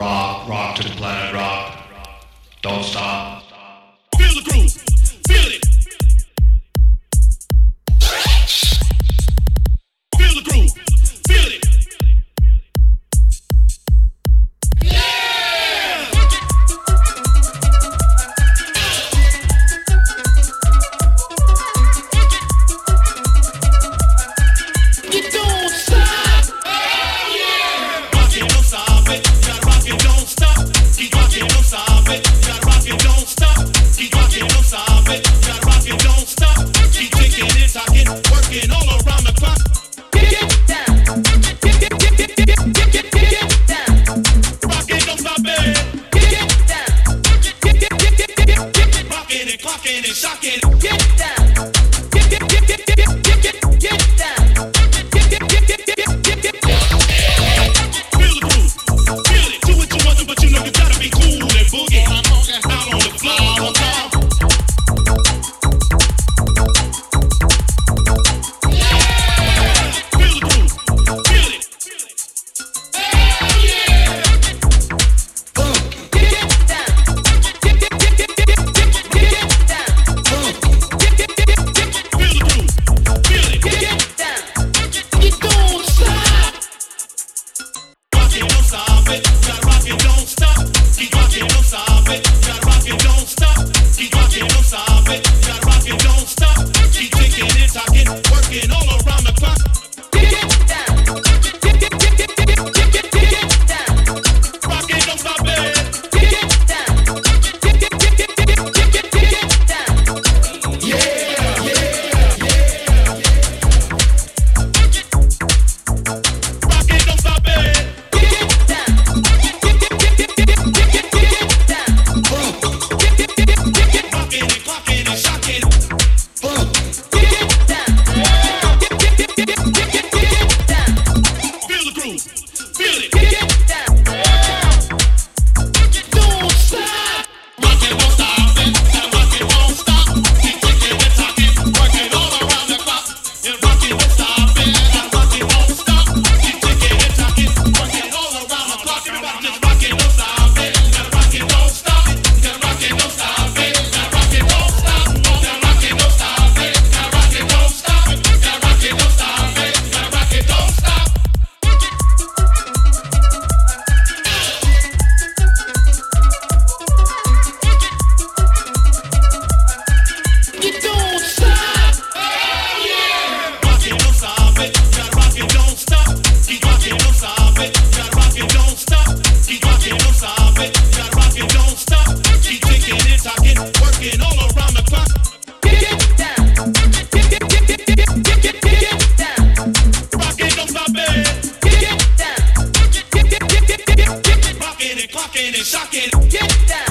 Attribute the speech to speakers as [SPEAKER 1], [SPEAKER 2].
[SPEAKER 1] rock to the planet rock. Don't stop.
[SPEAKER 2] Feel the groove. Feel it. Feel the groove. Feel it. You don't stop. Rock it, don't stop it. Gotta rock it, don't stop. Keep rocking, don't stop it. Gotta rock it, don't stop. Keep rocking, don't stop it. Gotta rock it, don't stop. Keep kicking and talking, working all around the clock. Rock it, don't stop it. Rocking and clocking and shocking. Feel the groove, feel it. Do what you want to, but you know you gotta be cool and boogie. Out on the floor, on top. Feel the groove, feel it. Feel the groove, feel it. You don't stop. Rock it, don't stop it. Gotta rock it, don't stop. Keep rocking, don't stop it. Gotta rock it, don't stop. Keep rocking, don't stop it. Gotta rock it, don't stop. Keep kicking and talking, working all around the clock. Rock it, don't stop it. Rock it, don't stop it. Rocking and clocking and shocking. Feel the groove, feel it. Don't stop. Rock it, don't stop it. Gotta rock it, don't stop. Keep kicking and talking, working all around the clock. Yeah, rock it, don't stop it. Gotta rock it, don't stop. Keep kicking and talking, working all around the clock. Everybody just rock it, don't stop it. Gotta rock it, don't stop it. Gotta rock it, don't stop it. Gotta rock it, don't stop. Gotta rock it, don't stop it. Gotta rock it, don't stop it. Gotta rock it, don't stop it. Gotta rock it, don't stop. You don't stop. Rock it, don't stop it. Gotta rock it, don't stop. Keep rocking, don't stop it. Gotta rock it, don't stop. Keep rocking, don't stop it. Gotta rock it, don't stop. Keep kicking and talking, working all around the clock. Rock it, don't stop it. Rocking and clocking and shocking.
[SPEAKER 3] Get down.